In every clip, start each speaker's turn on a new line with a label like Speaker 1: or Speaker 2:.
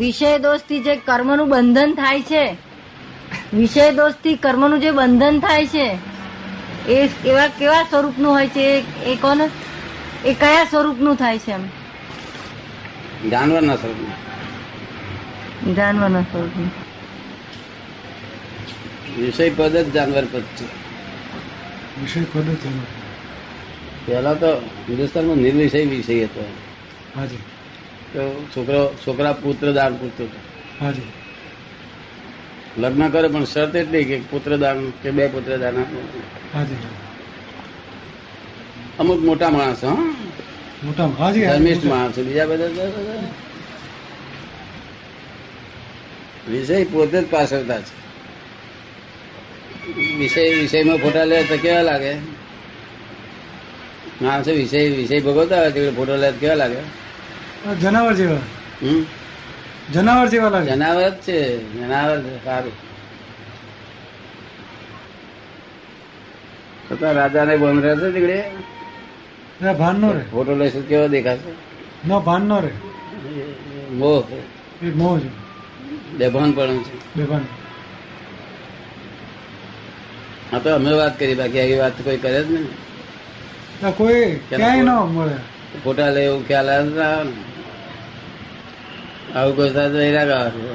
Speaker 1: વિષય દોષથી જે કર્મનું બંધન થાય છે વિષય દોષથી કર્મનું જે બંધન થાય છે એ એવા કેવા સ્વરૂપનું હોય છે એ- એ કોને એ કયા સ્વરૂપનું થાય છે એમ
Speaker 2: જાનવરના સ્વરૂપમાં
Speaker 1: જાનવરના સ્વરૂપનું
Speaker 2: વિષય પદ જ જાનવર પદ છે
Speaker 3: વિષય પદ જ એનો
Speaker 2: પહેલા તો હિન્દુસ્તાનમાં નિર્વિષય વિષય હતો
Speaker 3: હાજી
Speaker 2: તો છોકરો છોકરા પુત્ર દાન પૂરતો હતો.
Speaker 3: હાજી
Speaker 2: લગ્ન કરે પણ શરત એટલી કે પુત્ર દાન કે બે પુત્ર દાન આપવું.
Speaker 3: હાજી
Speaker 2: અમુક મોટા માણસો હં?
Speaker 3: મોટા હાજી
Speaker 2: ધર્મિષ્ઠ માણસો બીજા બધા તો બધા વિષય પોતે જ પાછળતા છે વિષય વિષયમાં ફોટા લે તો કેવા લાગે માણસો વિષય વિષય ભોગવતા હોય તો ફોટો લે તો કેવા લાગે
Speaker 3: જનાવર જેવા
Speaker 2: હમ
Speaker 3: જનાવર જેવા લાગે
Speaker 2: જનાવર જ છે જનાવર છે સારું છતાં રાજાને બંધ રહેશે નીકળે
Speaker 3: ના, ભાન નો રે
Speaker 2: ફોટો લેશે તો કેવો દેખાશે
Speaker 3: ના ભાન નો રે
Speaker 2: મોહ
Speaker 3: એ મોહ છે
Speaker 2: બેભાન પણ છે
Speaker 3: બેભાન
Speaker 2: હા તો અમે વાત કરી બાકી આવી વાત તો કોઈ કરે જ નહીં
Speaker 3: ના, કોઈ ક્યાંય ન મળે
Speaker 2: ફોટા લે એવું ખ્યાલ આવે જ ના આવે ને. આવું કોઈ સાથે વૈરાગ આવે છે.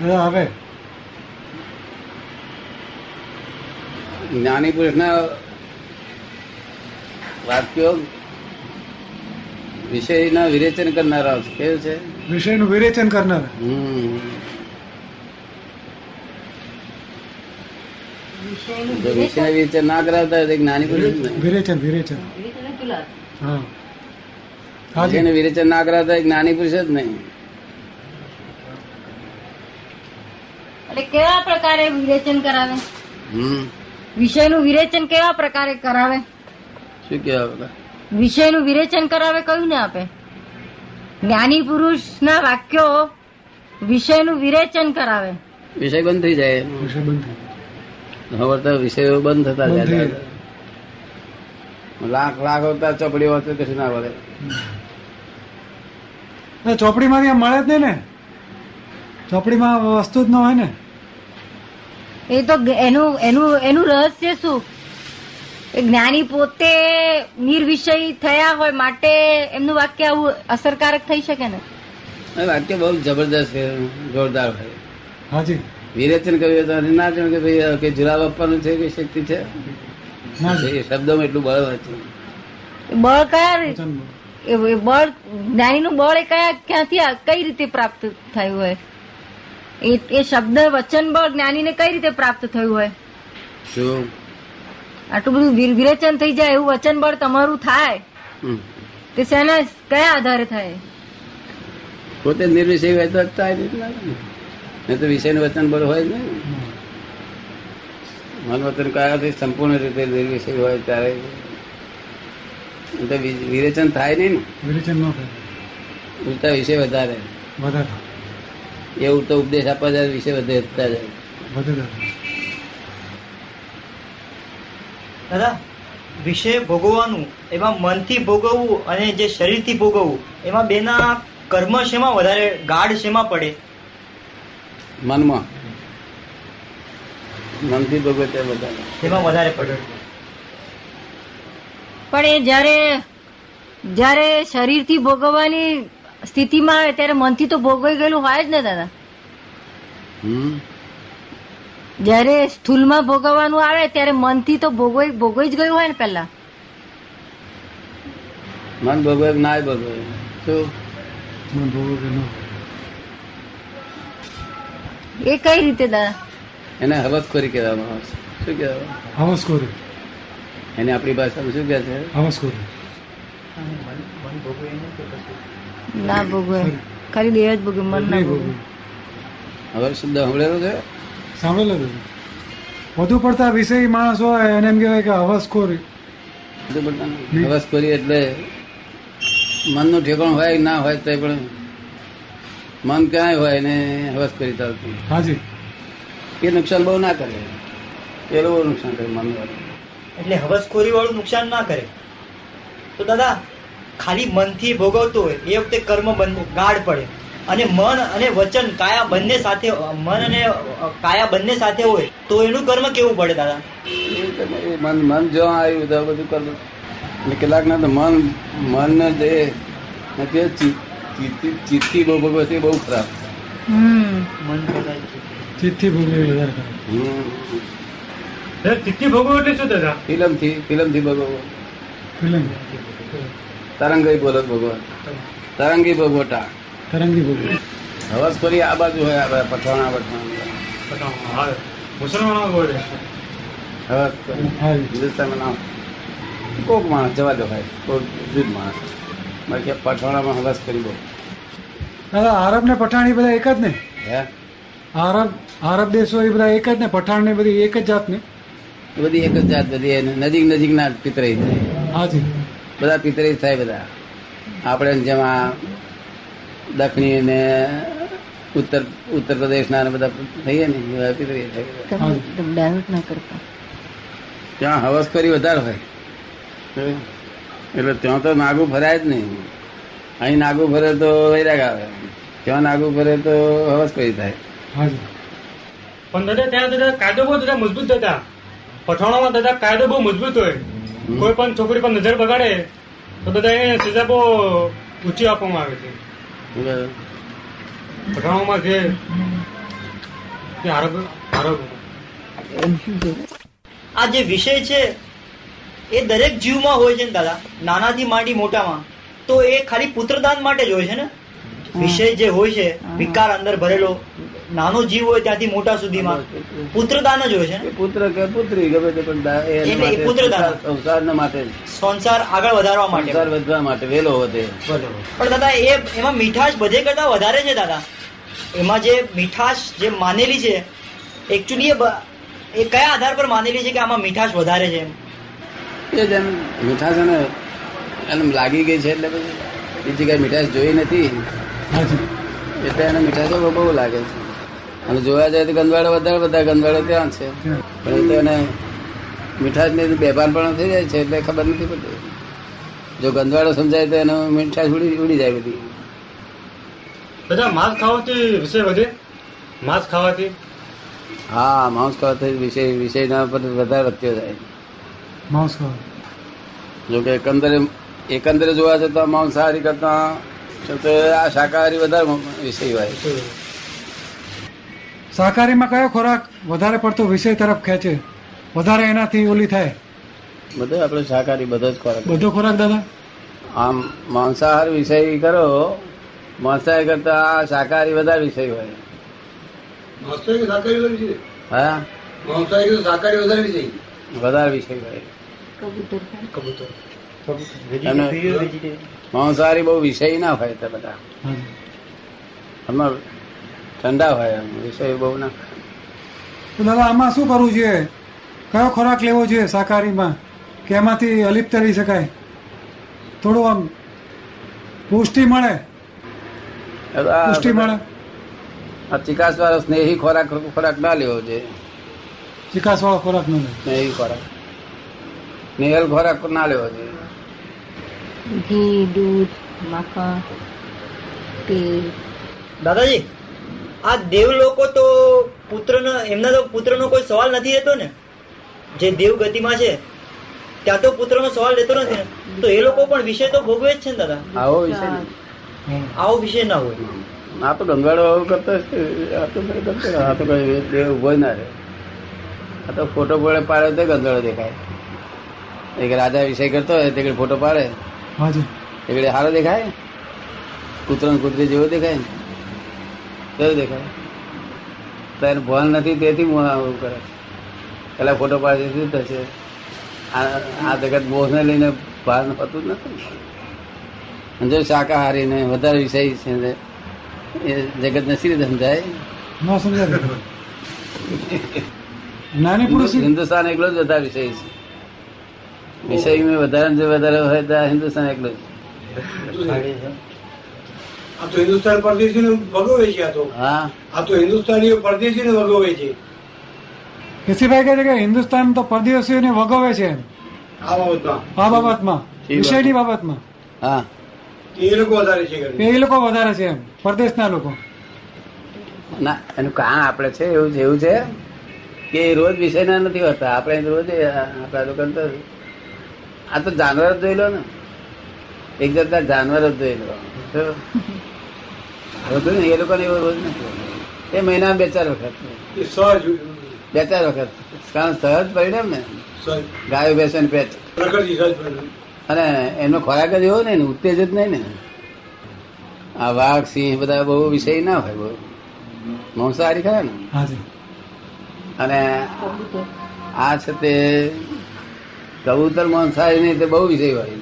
Speaker 3: દાદા આવે
Speaker 2: જ્ઞાની પુરુષના વાક્યો વિષયના વિરેચન કરનારા છે. કેવું છે
Speaker 3: વિષયનું વિરેચન કરનાર
Speaker 2: હમ
Speaker 1: વિષયનું
Speaker 2: જો વિષય વિરેચન ના કરાવતા હોય તો એક જ્ઞાની પુરુષ જ નહીં.
Speaker 3: વિરેચન વિરેચન હા હાજી
Speaker 2: વિષયનું વિરેચન ના કરાવતા હોય એક જ્ઞાની પુરુષ જ નહીં
Speaker 1: એટલે કેવા પ્રકારે વિરેચન કરાવે
Speaker 2: હમ
Speaker 1: વિષયનું વિરેચન કેવા પ્રકારે કરાવે
Speaker 2: શું કહેવા બધા
Speaker 1: વિષયનું વિરેચન કરાવે કયું ને આપે જ્ઞાની પુરુષના વાક્યો વિષયનું વિરેચન કરાવે
Speaker 2: વિષય બંધ થઈ જાય
Speaker 3: વિષય બંધ થઈ ગયો.
Speaker 2: હવે તો વિષયો બંધ થતા
Speaker 3: બંધ થઈ
Speaker 2: જાય લાખ લાખ હોતા ચોપડી વાંચે કશું ના વળે
Speaker 3: ના, ચોપડીમાંથી આમ મળે જ નહીં ને ચોપડીમાં વસ્તુ જ ન હોય ને
Speaker 1: એ તો જ્ઞ- એનું એનું એનું રહસ્ય શું એ જ્ઞાની પોતે નિર્વિષય થયા હોય માટે એમનું વાક્ય આવું અસરકારક થઈ શકે ને
Speaker 2: હવે વાક્ય બહુ જબરદસ્ત છે જોરદાર હોય
Speaker 3: હાજી
Speaker 2: વિરેચન કર્યું તો અને ના કર્યું કે ભાઈ કે જુલાબ આપવાનું છે કે શક્તિ છે
Speaker 3: ના
Speaker 2: એ શબ્દોમાં એટલું બળ હતું
Speaker 1: એ બળ કયા રી-
Speaker 3: વચન બોલ.
Speaker 1: એ બળ જ્ઞાનીનું બળ એ કયા ક્યાંથી આ- કઈ રીતે પ્રાપ્ત થયું હોય એ એ શબ્દ વચન બળ જ્ઞાનીને કઈ રીતે પ્રાપ્ત થયું હોય
Speaker 2: શું
Speaker 1: આટલું બધું વિર- વિરેચન થઈ જાય એવું વચન બળ તમારું થાય
Speaker 2: હમ.
Speaker 1: તે શેના કયા આધારે થાય
Speaker 2: પોતે નિર્વિષય હોય તો જ થાય ને એટલા ને. નહીં તો વિષયનું વચન બળ હોય જ નહીં ને. મન વચન કયાથી સંપૂર્ણ રીતે નિર્વિષય હોય ત્યારે નહીં તો વિ- વિરેચન થાય નહીં ને
Speaker 3: વિરેચન ન થાય
Speaker 2: ઉડતા વિષય વધારે
Speaker 3: વધારે
Speaker 2: એ ઉડતો ઉપદેશ આપવા જાય વિષય વધે વધતા જાય
Speaker 3: વધારે
Speaker 4: દાદા વિષય ભોગવવાનું એમાં મનથી ભોગવવું અને જે શરીરથી ભોગવવું એમાં બેના કર્મ શેમાં વધારે ગાઢ શેમાં પડે
Speaker 2: મનમાં મનથી ભગવત બધા
Speaker 4: તેમાં વધારે પડે
Speaker 1: પણ એ જ્યારે જ્યારે શરીરથી ભોગવવાની સ્થિતિમાં આવે ત્યારે મનથી તો ભોગવાઈ ગયેલું હોય જ ને દાદા
Speaker 2: હમ
Speaker 1: જ્યારે સ્થૂલમાં ભોગવવાનું આવે ત્યારે મનથી તો ભોગવાઈ ભોગવાઈ જ ગયું હોય ને પહેલા
Speaker 2: મન ભગવે કે નાય ભગવે શું
Speaker 3: મન ભોગવો કે ન
Speaker 1: એ કઈ રીતે દાદા
Speaker 2: એને હવસખોરી કહેવામાં આવે છે શું કહેવાય
Speaker 3: હવસખોરી
Speaker 2: એને આપણી ભાષામાં શું કહે છે
Speaker 3: હવસખોરી
Speaker 1: ના ભોગવે ખાલી દેહ જ ભોગવે મન ના
Speaker 3: નહીં
Speaker 1: ભોગવે
Speaker 3: ભોગવું.
Speaker 2: હવે શબ્દ હમળેલો છે
Speaker 3: સાંભળેલો જ હતો. વધુ પડતા વિષય માણસ હોય એને એમ કહેવાય કે હવસખોરી
Speaker 2: બધું બોલતા નહીં. હવસખોરી એટલે મનનું ઠેકાણ હોય કે ના હોય તો પણ મન ક્યાંય હોય ને હવસખોરી ચાલતું
Speaker 3: હાજી
Speaker 2: એ નુકસાન બહુ ના કરે પેલું બહુ નુકસાન કરે મનનું
Speaker 4: એટલે હવસખોરી વાળું નુકસાન ના કરે તો દાદા ખાલી મનથી ભોગવતો હોય એ વખતે કર્મ બંધ ગાઢ પડે અને મન અને વચન કાયા બંને સાથે મન અને કાયા બંને સાથે હોય તો એનું કર્મ કેવું પડે દાદા
Speaker 2: એ તમે એ મન મન જો આવ્યું તો આ બધું કરવું એટલે કેટલાકના તો મન મનને જે તે ચિત્તી બહુ ભગવત છે એ બહુ ખરાબ
Speaker 1: હમ
Speaker 4: મન પ્રકાર છે.
Speaker 3: ચિત્તથી ભૂલી વધારે ખરાબ.
Speaker 2: હમ.
Speaker 5: ચિઠ્ઠી ભોગવું એટલે શું દાદા
Speaker 2: ફિલ્મથી ફિલ્મથી ભગવો
Speaker 3: ફિલ્મ
Speaker 2: તરંગી બોલત ભગવાન તરંગી ભગવટા
Speaker 3: તરંગી ભૂલી
Speaker 2: હવસખોરી આ બાજુ હોય આ બાજુ પઠાણા પઠાણ
Speaker 5: બતાવો, હા. મુસલમાનો બોલે
Speaker 2: હવસખોરી
Speaker 3: હા
Speaker 2: હિન્દુસ્તાનમાં નામ કોક માણસ જવા દો ભાઈ કોક જુદ માણસ બાકી આ પઠાણામાં હવસ કરી બહુ
Speaker 3: દાદા આરબ ને પઠાણ એ બધા એક જ ને
Speaker 2: હે
Speaker 3: આરબ આરબ દેશો એ બધા એક જ ને પઠાણ ને બધી એક જ જાત ને
Speaker 2: એ બધી એક જ જાત બધી એને નજીક નજીક ના પિતરાઈ થાય
Speaker 3: હાજી
Speaker 2: બધા પિતરાઈ જ થાય બધા આપણે જેમ આ દક્ષિણી ને ઉત્તર ઉત્તર પ્રદેશના ને બધા થઈએ ને બધા પિતરાઈ થાય બધા.
Speaker 1: તમે એકદમ ડાયરેક્ટ ના કરતા
Speaker 2: ત્યાં હવસખોરી વધારે હોય એટલે ત્યાં તો નાગું ફરાય જ નહીં અહીં નાગું ફરે તો વૈરાગ આવે ત્યાં નાગું ફરે તો હવસખોરી થાય
Speaker 3: હાજી
Speaker 5: પણ દાદા ત્યાં દાદા કાયદો બહુ દાદા મજબૂત દાદા પઠાણોમાં દાદા કાયદો બહુ મજબૂત હોય
Speaker 2: હમ.
Speaker 5: કોઈ પણ છોકરી પર નજર બગાડે તો દાદા એને સજા બહુ ઊંચી આપવામાં આવે છે
Speaker 2: બરાબર.
Speaker 5: પઠાણોમાં જે જે આરોપ આરોપ
Speaker 1: એમ શું કહેવાય?
Speaker 4: આ જે વિષય છે એ દરેક જીવમાં હોય છે ને દાદા નાનાથી માંડી મોટામાં તો એ ખાલી પુત્રદાન માટે જ હોય છે ને વિષય જે હોય છે વિકાર અંદર ભરેલો નાનો જીવ હોય ત્યાંથી મોટા સુધીમાં પુત્રદાન જ હોય છે
Speaker 2: એ
Speaker 4: ને
Speaker 2: પુત્ર કે પુત્રી ગમે તે પણ દા- એ
Speaker 4: એટલે એ
Speaker 2: માટે
Speaker 4: પુત્રદાન.
Speaker 2: સંસાર- સંસારના માટે જ.
Speaker 4: સંસાર આગળ વધારવા માટે
Speaker 2: સંસાર વધવા માટે વેલો વધે
Speaker 4: પણ દાદા એ એમાં મીઠાશ બધે કરતા વધારે છે દાદા એમાં જે મીઠાશ જે માનેલી છે એકચ્યુઅલી એ બ- એ કયા આધાર પર માનેલી છે કે આમાં મીઠાશ વધારે છે એમ
Speaker 2: એ જ એમ મીઠાશ અને એને લાગી ગઈ છે એટલે પછી બીજી કઈ મીઠાશ જોઈ નથી
Speaker 3: હાજી
Speaker 2: એટલે એને મીઠાશ બહુ- બહુ લાગે છે અને જોવા જાય તો ગંદવાડો વધારે બધા ગંદવાડો ત્યાં છે પણ એ તો એને મીઠાશ ને બેભાન પણ થઈ જાય છે એટલે ખબર નથી પડતી જો ગંદવાડો સમજાય તો એનો મીઠાશ ઉડી ઉડી જાય બધી
Speaker 5: દાદા માંસ ખાવાથી વિષય વધે માંસ ખાવાથી
Speaker 2: હા માઉસ ખાવાથી વિષય વિષયના પર વધારે વધતો જાય
Speaker 3: માઉસ ખાવા
Speaker 2: જો કે એકંદરે એકંદરે જોવા જતા માંસાહારી કરતા તો આ શાકાહારી વધારે વિષય હોય
Speaker 3: શાકાહારીમાં કયો ખોરાક વધારે પડતો વિષય તરફ ખેંચે વધારે એનાથી ઓલી થાય
Speaker 2: બધો આપણે શાકાહારી બધો જ ખોરાક
Speaker 3: બધો ખોરાક દાદા
Speaker 2: આમ માંસાહાર વિષય કરો માંસાહાર કરતા આ શાકાહારી વધારે વિષય હોય હા વધારે વિષય હોય
Speaker 1: કબૂતર ખાય?
Speaker 2: અને માંસાહારી બહુ વિષય ના હોય તે બધા
Speaker 3: હાજી
Speaker 2: એમાં ઠંડા હોય એમ વિષય બહુ ના
Speaker 3: તો દાદા આમાં શું કરવું જોઈએ કયો ખોરાક લેવો જોઈએ શાકાહારીમાં કે એમાંથી અલિપ્ત રહી શકાય થોડું આમ પુષ્ટિ મળે
Speaker 2: એ તો આ
Speaker 3: પુષ્ટિ મળે
Speaker 2: આ ચિકાસ વાળો સ્નેહી ખોરાક ખોરાક ના લેવો જોઈએ
Speaker 3: વિકાસવાળો ખોરાક ન લે
Speaker 2: સ્નેહી ખોરાક સ્નેહલ ખોરાક ના લેવો જોઈએ
Speaker 1: ઘી દૂધ માખણ તેલ
Speaker 4: દાદાજી આ દેવ લોકો તો પુત્રનો એમના તો પુત્રનો કોઈ સવાલ નથી રહેતો ને જે દેવ ગતિમાં છે ત્યાં તો પુત્રનો સવાલ રહેતો નથી ને તો એ લોકો પણ વિષય તો ભોગવે જ છે ને દાદા
Speaker 2: આવો વિષય નહીં.
Speaker 4: આવો વિષય ના હોય
Speaker 2: આ તો ગંગાડો આવું કરતો હશે. આ તો કઈ કરતો ના. આ તો કઈ દેહ ઉભો ના રહે આ તો ફોટો પડે પાડે તો ગંગાડો દેખાય એક રાજા વિષય કરતો હોય તે ઘડી ફોટો પાડે
Speaker 3: હાજી
Speaker 2: તે ઘડી હારો દેખાય કૂતરો ને કૂતરી જેવો દેખાય કેવો દેખાય તો એને ભાન નથી તેથી મોહ આવું કરે પેલા ફોટો પાડે છે, શું થશે આ આ જગત મોહને લઈને ભાન હોતું જ નથી અને જો શાકાહારી ને વધારે વિષય છે ને, એ જગત ને સી રીતે સમજાય
Speaker 3: ન સમજાય નાની પુરુષ
Speaker 2: હિન્દુસ્તાન એકલો જ વધારે વિષય છે વિષયમાં વધારે ને વધારે હોય તો આ હિન્દુસ્તાન એકલો જ
Speaker 6: આ તો હિન્દુસ્તાન પરદેશીને ભગવે છે આ તો
Speaker 2: હા
Speaker 6: આ તો હિન્દુસ્તાનીઓ પરદેશીને ભગવે છે
Speaker 3: કેસીભાઈ કહે છે કે હિન્દુસ્તાન તો પરદેશીઓને વગવે છે એમ
Speaker 6: આ બાબતમાં
Speaker 3: આ બાબતમાં
Speaker 2: એ
Speaker 3: વિષયની બાબતમાં
Speaker 2: હા
Speaker 6: એ લોકો વધારે છે ઘડી.
Speaker 3: એ લોકો વધારે છે એમ પરદેશના લોકો
Speaker 2: ના એનું કામ આપણે છે એવું છે એવું છે કે એ રોજ વિષયના નથી હોતા આપણે રોજ એ આપણા દુકાન તો આ તો જાનવર જ જોઈ લો ને એક જતા જાનવર જ જોઈ લો તો હવે જોયું ને એ લોકોને એવો રોજ નથી હોતો. એ મહિના બે ચાર વખત
Speaker 6: એ સહજ
Speaker 2: બે ચાર વખત કારણ સહજ પરિણામ ને
Speaker 6: સહજ
Speaker 2: ગાયો બેસે ને પેટ
Speaker 6: પ્રકૃતિ સહજ પરિણામ.
Speaker 2: અને એમનો ખોરાક જ એવો નહીં ને ઉત્તેજિત નહીં ને આ વાઘ સિંહ બધા બહુ વિષય ના હોય બહુ માંસાહારી ખરા ને
Speaker 3: હા જી
Speaker 2: અને આ છે તે કબૂતર માંસાહારી નહીં તે બહુ વિષય હોય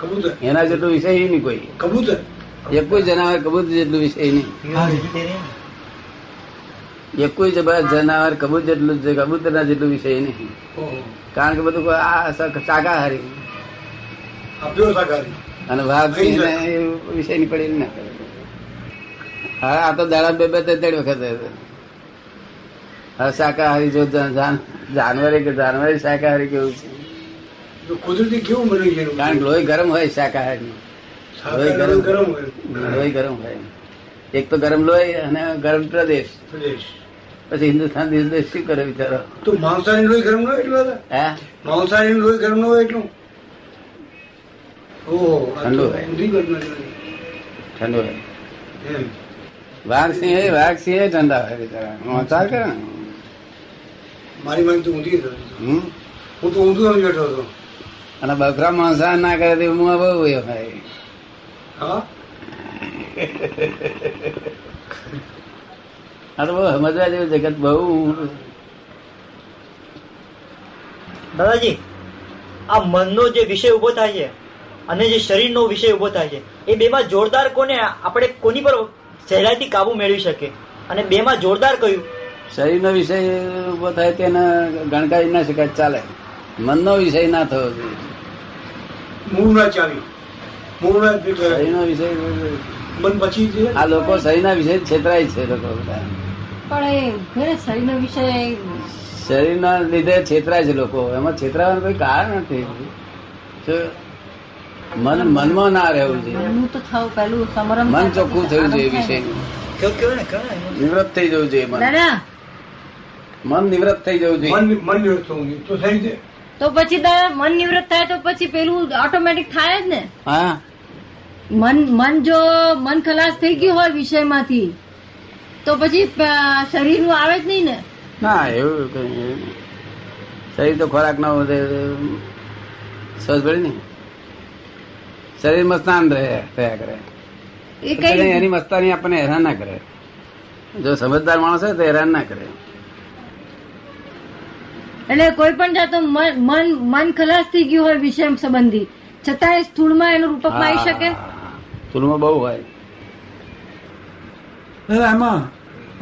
Speaker 6: કબૂતર
Speaker 2: એના જેટલું વિષય નહીં કોઈ
Speaker 6: કબૂતર
Speaker 2: એક કોઈ જનાવર કબૂતર જેટલું વિષય નહીં
Speaker 3: હા જી
Speaker 2: એક કોઈ જનાવર કબૂતર જેટલું જ- કબૂતરના જેટલું વિષય નહીં
Speaker 6: ઓહો.
Speaker 2: કારણ કે બધું આ શા- શાકાહારી
Speaker 6: આ પ્યોર શાકાહારી
Speaker 2: અને વાઘ
Speaker 6: અહીં
Speaker 2: એને એ વિષયની પડી ના કરે હા આ તો દાડા બે બે ત્રણ ત્રણ વખત હતો. હવે શાકાહારી જો જાન- જાન- જાનવરે કે જાનવરે શાકાહારી કેવું છે
Speaker 6: તો કુદરતી કેવું બન્યું છે એનું?
Speaker 2: કારણ કે લોહી ગરમ હોય શાકાહારી
Speaker 6: શાકાહારી
Speaker 2: ગરમ.
Speaker 6: ગરમ હોય
Speaker 2: લોહી ગરમ હોય એક તો ગરમ લોહી અને ગરમ પ્રદેશ
Speaker 6: પ્રદેશ.
Speaker 2: પછી હિન્દુસ્તાન દેશ દેશ શું કરે બિચારો
Speaker 6: તો માંસાહારી લોહી ગરમ ન હોય એટલું દાદા?
Speaker 2: હે
Speaker 6: માંસાહારી લોહી ગરમ ન હોય એટલું ઓહો, આ તો
Speaker 2: ઠંડુ હોય.
Speaker 6: ઊંધી ઘટના છે.
Speaker 2: ઠંડુ હોય
Speaker 6: એમ.
Speaker 2: વાઘ સિંહ એ વાઘ સિંહ એ ઠંડા હોય બિચારા મોચાર કરે ને
Speaker 6: મારી માંગ તો ઊંધી જ હતી.
Speaker 2: હમ?
Speaker 6: હું તો ઊંધું સમજી બેઠો હતો
Speaker 2: અને બકરા માંસાહાર ના કરે તો હું બહુ એ હોય
Speaker 6: હા
Speaker 2: આ તો બહુ સમજવા જેવું જગત બહુ ઊંડું.
Speaker 4: દાદાજી આ મનનો જે વિષય ઉભો થાય છે અને જે શરીરનો વિષય ઉભો થાય છે એ બેમાં જોરદાર કોને આપણે કોની પર સહેલાઈથી કાબુ મેળવી શકે અને બેમાં જોરદાર કયું
Speaker 2: શરીરનો વિષય ઉભો થાય તેના ગણકારી ના શકાય ચાલે મનનો વિષય ના થવો જોઈએ
Speaker 6: મૂળના ચાવી મૂળના જે કહેવાય,
Speaker 2: શરીરનો વિષય
Speaker 6: મન પછી છે
Speaker 2: આ લોકો શરીરના વિષય છેતરાય છે લોકો બધા
Speaker 1: પણ એ શરીરનો વિષય
Speaker 2: શરીરના લીધે છેતરાય છે લોકો એમાં છેતરાવાનું કોઈ કારણ નથી જો મન મનમાં ના રહેવું જોઈએ
Speaker 1: મનનું તો થવું પહેલું સમરમ
Speaker 2: મન
Speaker 1: થાય
Speaker 2: ચોખ્ખું
Speaker 1: પછી
Speaker 2: થવું
Speaker 1: આનંદ
Speaker 2: જોઈએ
Speaker 1: થાય
Speaker 2: વિષય
Speaker 1: ને.
Speaker 4: કેવું કેવું ને કેવું ને
Speaker 2: નિવૃત્ત થઈ જવું જોઈએ મન
Speaker 1: દાદા
Speaker 2: મન નિવૃત્ત થઈ જવું જોઈએ
Speaker 6: મન મન વ્યવસ્થિત હોવું જોઈએ. તો થઈ જાય
Speaker 1: તો પછી દાદા મન નિવૃત્ત થાય તો પછી પેલું ઓટોમેટિક થાય જ ને
Speaker 2: હા
Speaker 1: મન મન જો મન ખલાસ થઈ ગયું હોય વિષયમાંથી તો પછી અ, શરીરનું આવે જ નહીં ને
Speaker 2: ના એવું કઈ એવું નહીં. શરીર તો ખોરાક ના વધે સહજ પડે ને શરીરમાં સ્નાન રહે થયા કરે
Speaker 1: એ
Speaker 2: એટલે
Speaker 1: કઈ
Speaker 2: એની મસ્તાની આપણને હેરાન ના કરે જો સમજદાર માણસ હોય તો હેરાન ના કરે
Speaker 1: એટલે કોઈ પણ જાતો મન મન મન ખલાસ થઈ ગયું હોય વિષય સંબંધી છતાં એ સ્થૂળમાં એનું રૂપક માં આવી શકે
Speaker 2: હા. ચૂલમાં બહુ હોય
Speaker 3: દાદા એમાં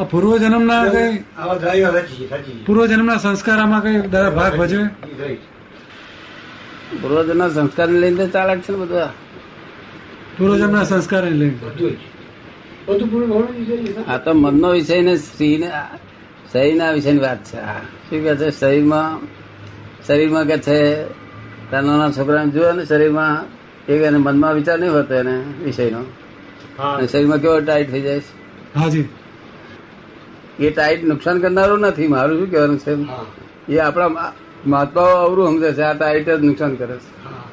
Speaker 3: આ પૂર્વજન્મના કઈ
Speaker 6: આવા દ્રાવ્યો સાચી છે, સાચી છે.
Speaker 3: પૂર્વજન્મના સંસ્કાર આમાં કઈ દાદા ભાગ ભજવે
Speaker 6: ઈ થઈ.
Speaker 2: પૂર્વજના સંસ્કાર લઈને ચાલે છે ને બધા
Speaker 3: પૂર્વજન્મના સંસ્કાર લઈને
Speaker 6: બધું જ. બધું પૂરું ભણવાનું છે.
Speaker 2: આ તો મનનો વિષય ને સ્ત્રીને શરીરના વિષયની વાત છે આ શું કે છે શરીરમાં શરીરમાં કે છે તારા નાના છોકરાને જુઓ ને શરીરમાં એક એને મનમાં વિચાર નહીં હોતો એને વિષયનો
Speaker 5: હા
Speaker 2: અને શરીરમાં કેવો ટાઈટ થઈ જાય છે.
Speaker 3: હાજી
Speaker 2: એ ટાઈટ નુકસાન કરનારું નથી મારું શું કહેવાનું છે
Speaker 6: હા,
Speaker 2: એ આપણા મા- મહાત્માઓ અવરું સમજે છે આ ટાઈટ જ નુકસાન કરે છે
Speaker 6: હા.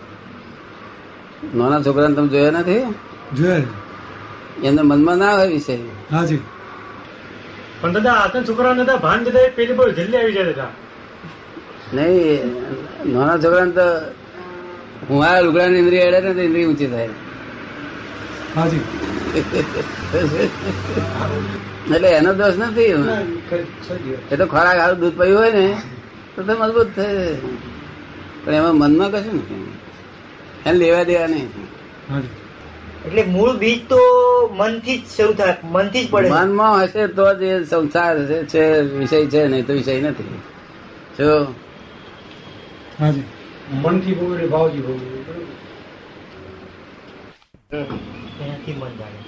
Speaker 2: નાના છોકરાને તમે જોયા નથી
Speaker 3: જોયે
Speaker 2: એમને મનમાં ના હોય વિષય
Speaker 3: હાજી
Speaker 5: પણ દાદા આજના છોકરાને દાદા ભાન જતા એ પેલી બહુ જલ્દી આવી જાય દાદા
Speaker 2: નહીં નાના છોકરાને તો હું આ લુગડાની ઇન્દ્રિય અડે ને તો ઇન્દ્રિય ઊંચી થાય
Speaker 3: હાજી
Speaker 2: એટલે એનો દોષ નથી
Speaker 6: ના, ખરી- સાચી વાત.
Speaker 2: એ તો ખોરાક સારું દૂધ પીવું હોય ને તો તે મજબૂત થાય પણ એમાં મનમાં કશું નથી એને લેવા દેવા નહીં
Speaker 3: હાજી
Speaker 4: એટલે મૂળ બીજ તો મનથી જ શરૂ થાય મનથી જ પડે
Speaker 2: મનમાં હશે તો જ એ સંસાર છે- છે વિષય છે નહીં તો વિષય નથી જો
Speaker 3: હાજી
Speaker 6: મનથી ભોગવે એટલે ભાવથી ભોગવે બરોબર?
Speaker 4: એનાથી મન જાણે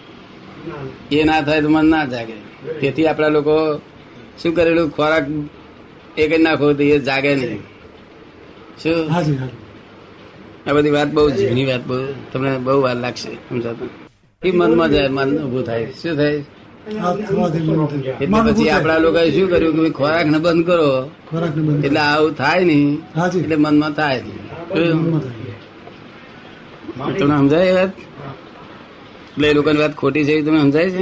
Speaker 6: ના,
Speaker 2: એ ના થાય તો મન ના જાગે તેથી આપણા લોકો શું કરેલું ખોરાક એ કરી નાખો તો એ જાગે નહીં શું
Speaker 3: હાજી હાજી
Speaker 2: આ બધી વાત બહુ ઝીણી વાત બહુ તમને બહુ વાર લાગશે સમજાતું એ મનમાં જાય મન ઉભું થાય શું થાય
Speaker 3: આ થવા દે, મન થઈ જાય.
Speaker 2: એટલે
Speaker 3: મન
Speaker 2: પછી
Speaker 3: ઉભું
Speaker 2: આપડા
Speaker 3: થાય.
Speaker 2: લોકોએ શું કર્યું કે ભઈ ખોરાક ને બંધ કરો
Speaker 3: ખોરાકને બંધ
Speaker 2: એટલે આવું થાય નહીં
Speaker 3: હાજી
Speaker 2: એટલે મનમાં થાય નહીં શું?
Speaker 3: મનમાં થાય.
Speaker 2: તમને સમજાય એ વાત એટલે એ લોકોની વાત ખોટી છે એ તમને સમજાય છે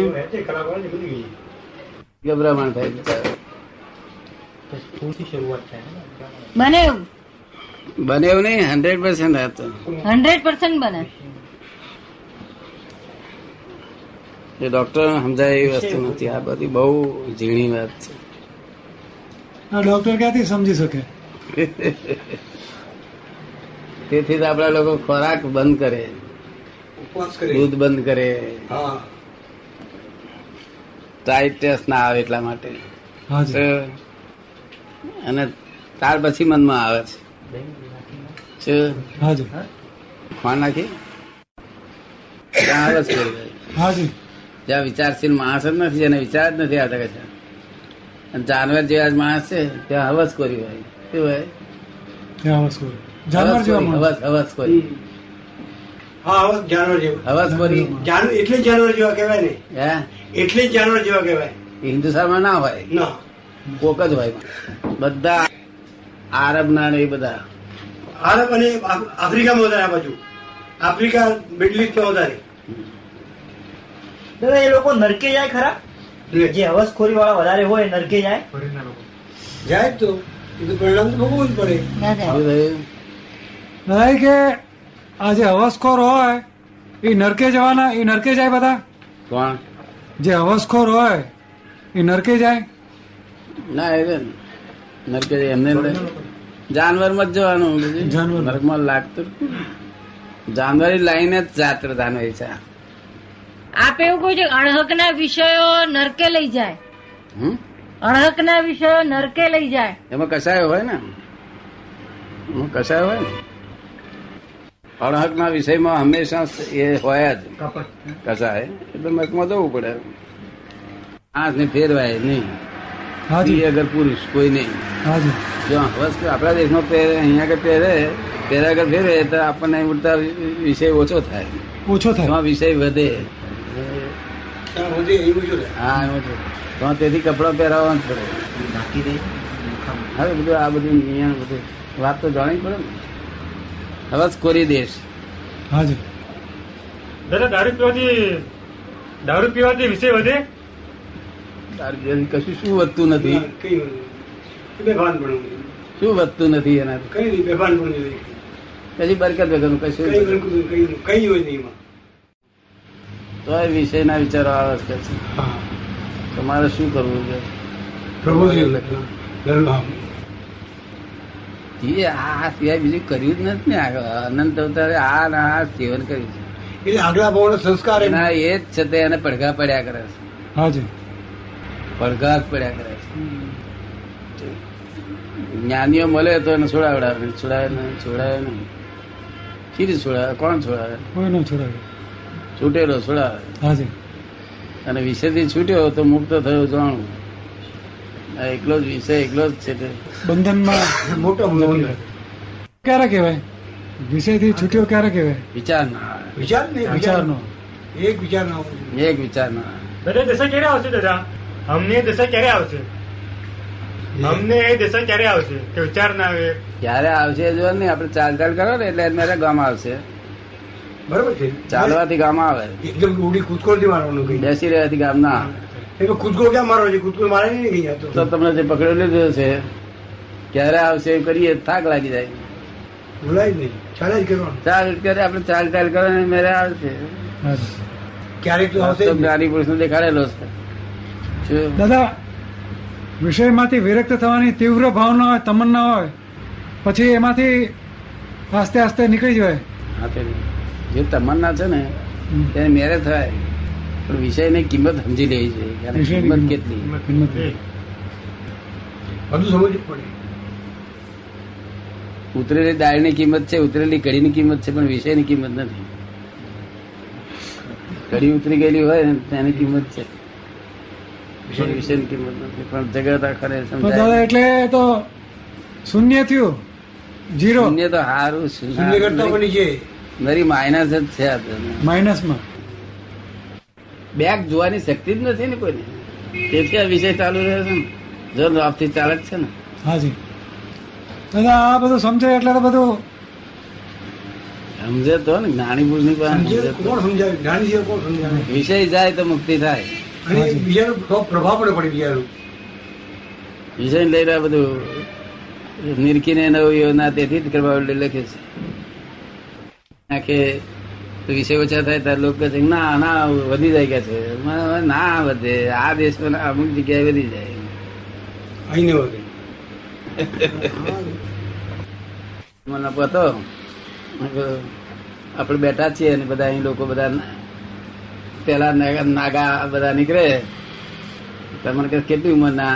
Speaker 2: ગભરામણ થાય બિચારા.
Speaker 5: શરૂઆત થાય
Speaker 1: બને
Speaker 2: બને એવું નહીં હંડ્રેડ પર્સન્ટ હતો
Speaker 1: હંડ્રેડ પર્સન્ટ બને
Speaker 2: એ ડોક્ટર સમજાય એવી વસ્તુ નથી આ બધી બહુ ઝીણી વાત છે
Speaker 3: આ ડોક્ટર ક્યાંથી સમજી શકે
Speaker 2: તેથી જ આપણા લોકો ખોરાક બંધ કરે
Speaker 6: ઉપવાસ કરે
Speaker 2: દૂધ બંધ કરે
Speaker 6: હા
Speaker 2: ટાઈટ ટેસ્ટ ના આવે એટલા માટે
Speaker 3: હાજી
Speaker 2: તો અને ત્યાર પછી મનમાં આવે છે શું?
Speaker 3: હાજી
Speaker 2: ખાંડ નાખી ત્યાં આવે છે બધું.
Speaker 3: હાજી
Speaker 2: જ્યાં વિચારશીલ માણસ જ નથી જેને વિચાર જ નથી આવતા કશા અને જાનવર જેવા જ માણસ છે ત્યાં હવસ કોરી હોય શું હોય
Speaker 3: ત્યાં આવાજ કરો. જાનવર જેવા
Speaker 2: હવસખોરી,
Speaker 3: માણસ.
Speaker 2: હવસ હવસ કોરી
Speaker 6: હા હવે જાનવર જેવું
Speaker 2: હવસ કોરી
Speaker 6: જાનવર એટલે જ જાનવર જેવા કહેવાય ને
Speaker 2: હે
Speaker 6: એટલે જ જાનવર જેવા કહેવાય
Speaker 2: હિન્દુસ્તાનમાં ના હોય
Speaker 6: ના
Speaker 2: કોક જ હોય બધા આરબ ના ને એ બધા
Speaker 6: આરબ અને આફ- આફ્રિકામાં વધારે આ બાજુ આફ્રિકા મિડલ ઇસ્ટમાં વધારે
Speaker 4: દાદા એ લોકો નરકે જાય ખરા
Speaker 6: એટલે
Speaker 4: જે હવસખોરી વાળા વધારે હોય એ નરકે જાય
Speaker 6: જાય જ તો એ તો પરિણામ તો ભોગવવું જ પડે
Speaker 1: ના થાય
Speaker 2: શું થયું?
Speaker 3: દાદા એ કે આ જે હવસખોર હોય એ નરકે જવાના એ નરકે જાય બધા
Speaker 2: કોણ
Speaker 3: જે હવસખોર હોય એ નરકે જાય
Speaker 2: ના એ તો નરકે જાય, એમને એમ થાય. જાનવરમાં જ જવાનું બીજું.
Speaker 3: જાનવર.
Speaker 2: નરકમાં લાગતું જ નથી. જાનવરી લાઈને જ જાત જાનવરી છે
Speaker 1: આપ એવું કહો છો અણહકના વિષયો નરકે લઈ જાય
Speaker 2: હમ?
Speaker 1: અણહકના વિષયો નરકે લઈ જાય
Speaker 2: એમાં કસાય હોય ને એમાં કસાય હોય ને અણહકના વિષયમાં હંમેશા એ હોય જ કસાય એટલે નરકમાં જવું પડે આંખ ને ફેરવાય નહીં સ્ત્રી
Speaker 3: હાજી
Speaker 2: અગર પુરુષ કોઈ નહીં
Speaker 3: હાજી
Speaker 2: જો હવસ આપણા દેશમાં પહેરે અહીંયા આગળ પહેરે પહેરા આગળ ફેરે તો આપણને ઉડતા વિષય ઓછો થાય
Speaker 3: ઓછો થાય
Speaker 2: એમાં વિષય વધે
Speaker 6: ત્યાં વધે એ બધું
Speaker 2: હા એમ છે તો તેથી કપડાં પહેરાવવા જ પડે હવે બધું આ બધું નિયમ બધું વાત તો જાણવી પડે ને હવસ કોરી દેશ
Speaker 3: હાજી
Speaker 5: દાદા દારૂ પીવાથી દારૂ પીવાથી વિષય વધે
Speaker 2: તારી જેવી કશું શું વધતું નથી
Speaker 6: કઈ વાંધો નહીં. બેભાન પણ
Speaker 2: શું વધતું નથી એનાથી
Speaker 6: કઈ નહીં બેભાન પણ નહીં
Speaker 2: પછી બરકત વગરનું કશું
Speaker 6: કઈ
Speaker 2: નથી.
Speaker 6: બિલકુલ કઈ કઈ હોય નહીં એમાં
Speaker 2: તો એ વિષયના વિચારો આવે છે તમારે શું કરવું છે
Speaker 6: પ્રભુજી ધર્મ
Speaker 2: એ આ સિવાય બીજું કર્યું જ નથી ને આગળ અનંત અવતારે આ ને આ સેવન કર્યું
Speaker 6: એટલે આગલા ભાવનો સંસ્કાર
Speaker 2: છે
Speaker 6: એમ.
Speaker 2: એના એ જ છે તે એને પડઘા પડ્યા કરે છે
Speaker 3: હાજી
Speaker 2: પડઘા જ પડ્યા કરે છે જ્ઞાનીઓ મળે તો એને છોડાવડાવે નહીં, છોડાવે નહીં છોડાવે નહીં ખીરી છોડાવે કોણ છોડાવે
Speaker 3: કોઈ ન છોડાવે
Speaker 2: છૂટેલો છોડાવે
Speaker 3: હાજી
Speaker 2: અને વિષયથી છૂટ્યો તો મુક્ત થયો જાણું આ એકલો જ વિષય એકલો જ છે તે
Speaker 3: બંધનમાં
Speaker 6: મોટો મોટો
Speaker 3: ક્યારે કહેવાય વિષયથી છૂટ્યો ક્યારે કહેવાય
Speaker 2: વિચાર ના આવે.
Speaker 6: વિચાર ને
Speaker 3: વિચારનો
Speaker 6: વિચારનો એક વિચાર ના હોવો જોઈએ.
Speaker 2: એક વિચાર ના આવે.
Speaker 5: દાદા દશા ક્યારે આવશે દાદા અમને એ દશા ક્યારે આવશે અમને એ દશા ક્યારે આવશે કે વિચાર ના આવે
Speaker 2: ક્યારે આવશે જો નહીં આપણે ચાલ ચાલ કરો ને એટલે એમને ગામ આવશે
Speaker 6: બરોબર છે
Speaker 2: ચાલવાથી ગામ આવે
Speaker 6: એકદમ ઉડી કૂદકો નથી મારવાનો કઈ
Speaker 2: બેસી રહેવાથી ગામ ના આવે.
Speaker 6: એ તો કૂદકો ક્યાં મારવો છે કૂદકો મારે નહીં કઈ આ
Speaker 2: તો
Speaker 6: તો
Speaker 2: તમને જે પકડેલો લીધો છે ક્યારે આવશે એમ કરીએ થાક લાગી જાય
Speaker 6: ભૂલાય જ નહીં ચાલે જ કરવાનું
Speaker 2: ચાલ કરે આપણે ચાલ ચાલ કરો ને મેરે આવશે
Speaker 3: હાજી
Speaker 6: ક્યારેક તો આવશે જ
Speaker 2: વાસ્તવ
Speaker 6: નહીં.
Speaker 2: જ્ઞાની પુરુષ દેખાડેલો છે શું?
Speaker 3: દાદા વિષયમાંથી વિરક્ત થવાની તીવ્ર ભાવના હોય તમન્ના હોય પછી એમાંથી આસ્તે આસ્તે નીકળી જવાય
Speaker 2: હા તે જે તમન્ના છે ને તેને મેરે થાય પણ વિષયની કિંમત સમજી લેવી જોઈએ કે આની
Speaker 3: વિષયની
Speaker 2: કિંમત
Speaker 3: કિંમત.
Speaker 2: કેટલી
Speaker 3: કિંમત.
Speaker 6: બધું સમજવું પડે
Speaker 2: ઉતરેલી દાળની કિંમત છે ઉતરેલી કઢીની કિંમત છે પણ વિષયની કિંમત નથી કઢી ઉતરી ગયેલી હોય ને તેની કિંમત છે પણ વિષયની કિંમત નથી પણ જગત આખરે
Speaker 3: પણ
Speaker 2: સમજાય
Speaker 3: દાદા એટલે તો શૂન્ય થયું જીરો
Speaker 2: શૂન્ય તો હારું છે.
Speaker 6: શૂન્ય કરતા પણ નીચે
Speaker 2: નરી માઇનસ જ છે આ તો.
Speaker 3: માઇનસમાં
Speaker 2: બેક જોવાની શક્તિ જ નથી ને કોઈને તેથી આ વિષય ચાલુ રહ્યો છે ને જો આપથી ચાલક છે ને
Speaker 3: હાજી દાદા આ બધું સમજાય એટલે તો બધું
Speaker 2: સમજે તો ને જ્ઞાની પુરુષની પાસે
Speaker 6: સમજે
Speaker 2: સમજે
Speaker 6: તો
Speaker 2: તો.
Speaker 6: કોણ સમજાવે જ્ઞાની છે કોણ સમજાવે
Speaker 2: વિષય જાય તો મુક્તિ થાય
Speaker 6: અને બીજાનો બહુ પ્રભાવ પડે પડે બીજાનો
Speaker 2: વિષય લઈ રહ્યા બધું નિરખીને નવી યોજના તેથી જ કરવા માટે લખે છે કારણ કે તો વિષય ઓછા થાય ત્યારે લોકો કહે છે કે ના ના વધી જાય કે છે મને ના વધે આ દેશમાં ના, અમુક જગ્યાએ વધી જાય
Speaker 6: અહીં ન વધે
Speaker 2: મને નફો હતો મેં કીધું, આપણે બેઠા છીએ અને બધા અહીં લોકો બધા પેલા નાગા બધા નીકળે તો મને કહે કેટલી ઉંમરના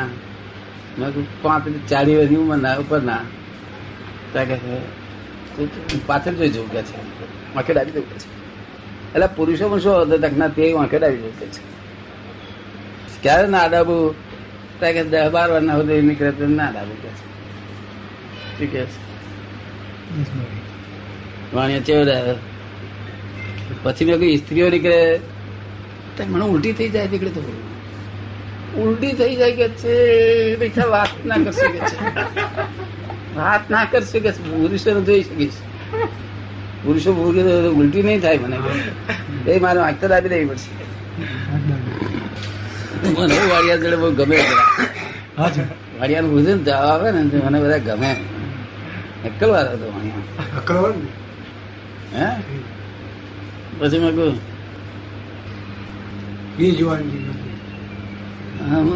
Speaker 2: મેં કીધું પાંત્રીસ ચાલીસ વર્ષની ઉંમરના ઉપરના ત્યાં કહે છે "તું પાછળ જોઈ જવું કે છે વાંખે ડાબી જવું કે છે એટલે પુરુષોમાં શું હતો તકના તે વાંખે ડાબી જવું કે છે ક્યારે ના ડાબું ત્યાં કે દસ બાર વારના સુધી નીકળે તો ના ડાબું કે છે શું કહે છે વાણિયા ચેવડા પછી મેં કહ્યું સ્ત્રીઓ નીકળે તો મને ઉલટી થઈ જાય નીકળે તો ઉલટી થઈ જાય કે છે રીક્ષા વાત ના કરશે કે છે વાત ના કરશે કે છે. પુરુષોને જોઈ શકીશ પુરુષો પુરુષો ઉલટી નહીં થાય મને એ મારે વાંચતા આપી દેવી પડશે મને વાડિયા જોડે બહુ ગમે
Speaker 3: હાજી
Speaker 2: વાડિયાનું ભોજન જવાબ આવે ને તો મને બધા ગમે એકલવાર હતો વાણિયા
Speaker 6: અક્રવણ ને
Speaker 2: હે પછી મેં કહ્યું
Speaker 6: બે જોવાની
Speaker 2: હમ,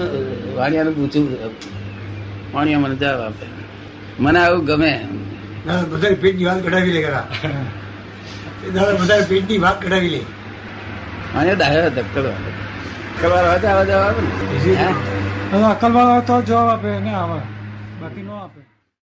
Speaker 2: વાણિયાને પૂછ્યું વાણિયા મને જવાબ આપે મને આવું ગમે
Speaker 6: દાદા બધાની પેટની વાત કઢાવી લે ખરા એ દાદા બધાની પેટની વાત કઢાવી લે
Speaker 2: વાણિયા ડાયો હતો કલર કલર હોય તો આવા જવાબ આવે ને હે?
Speaker 3: દાદા અક્કલવાળો હોય તો જ જવાબ આપે ને આવે બાકી ન આપે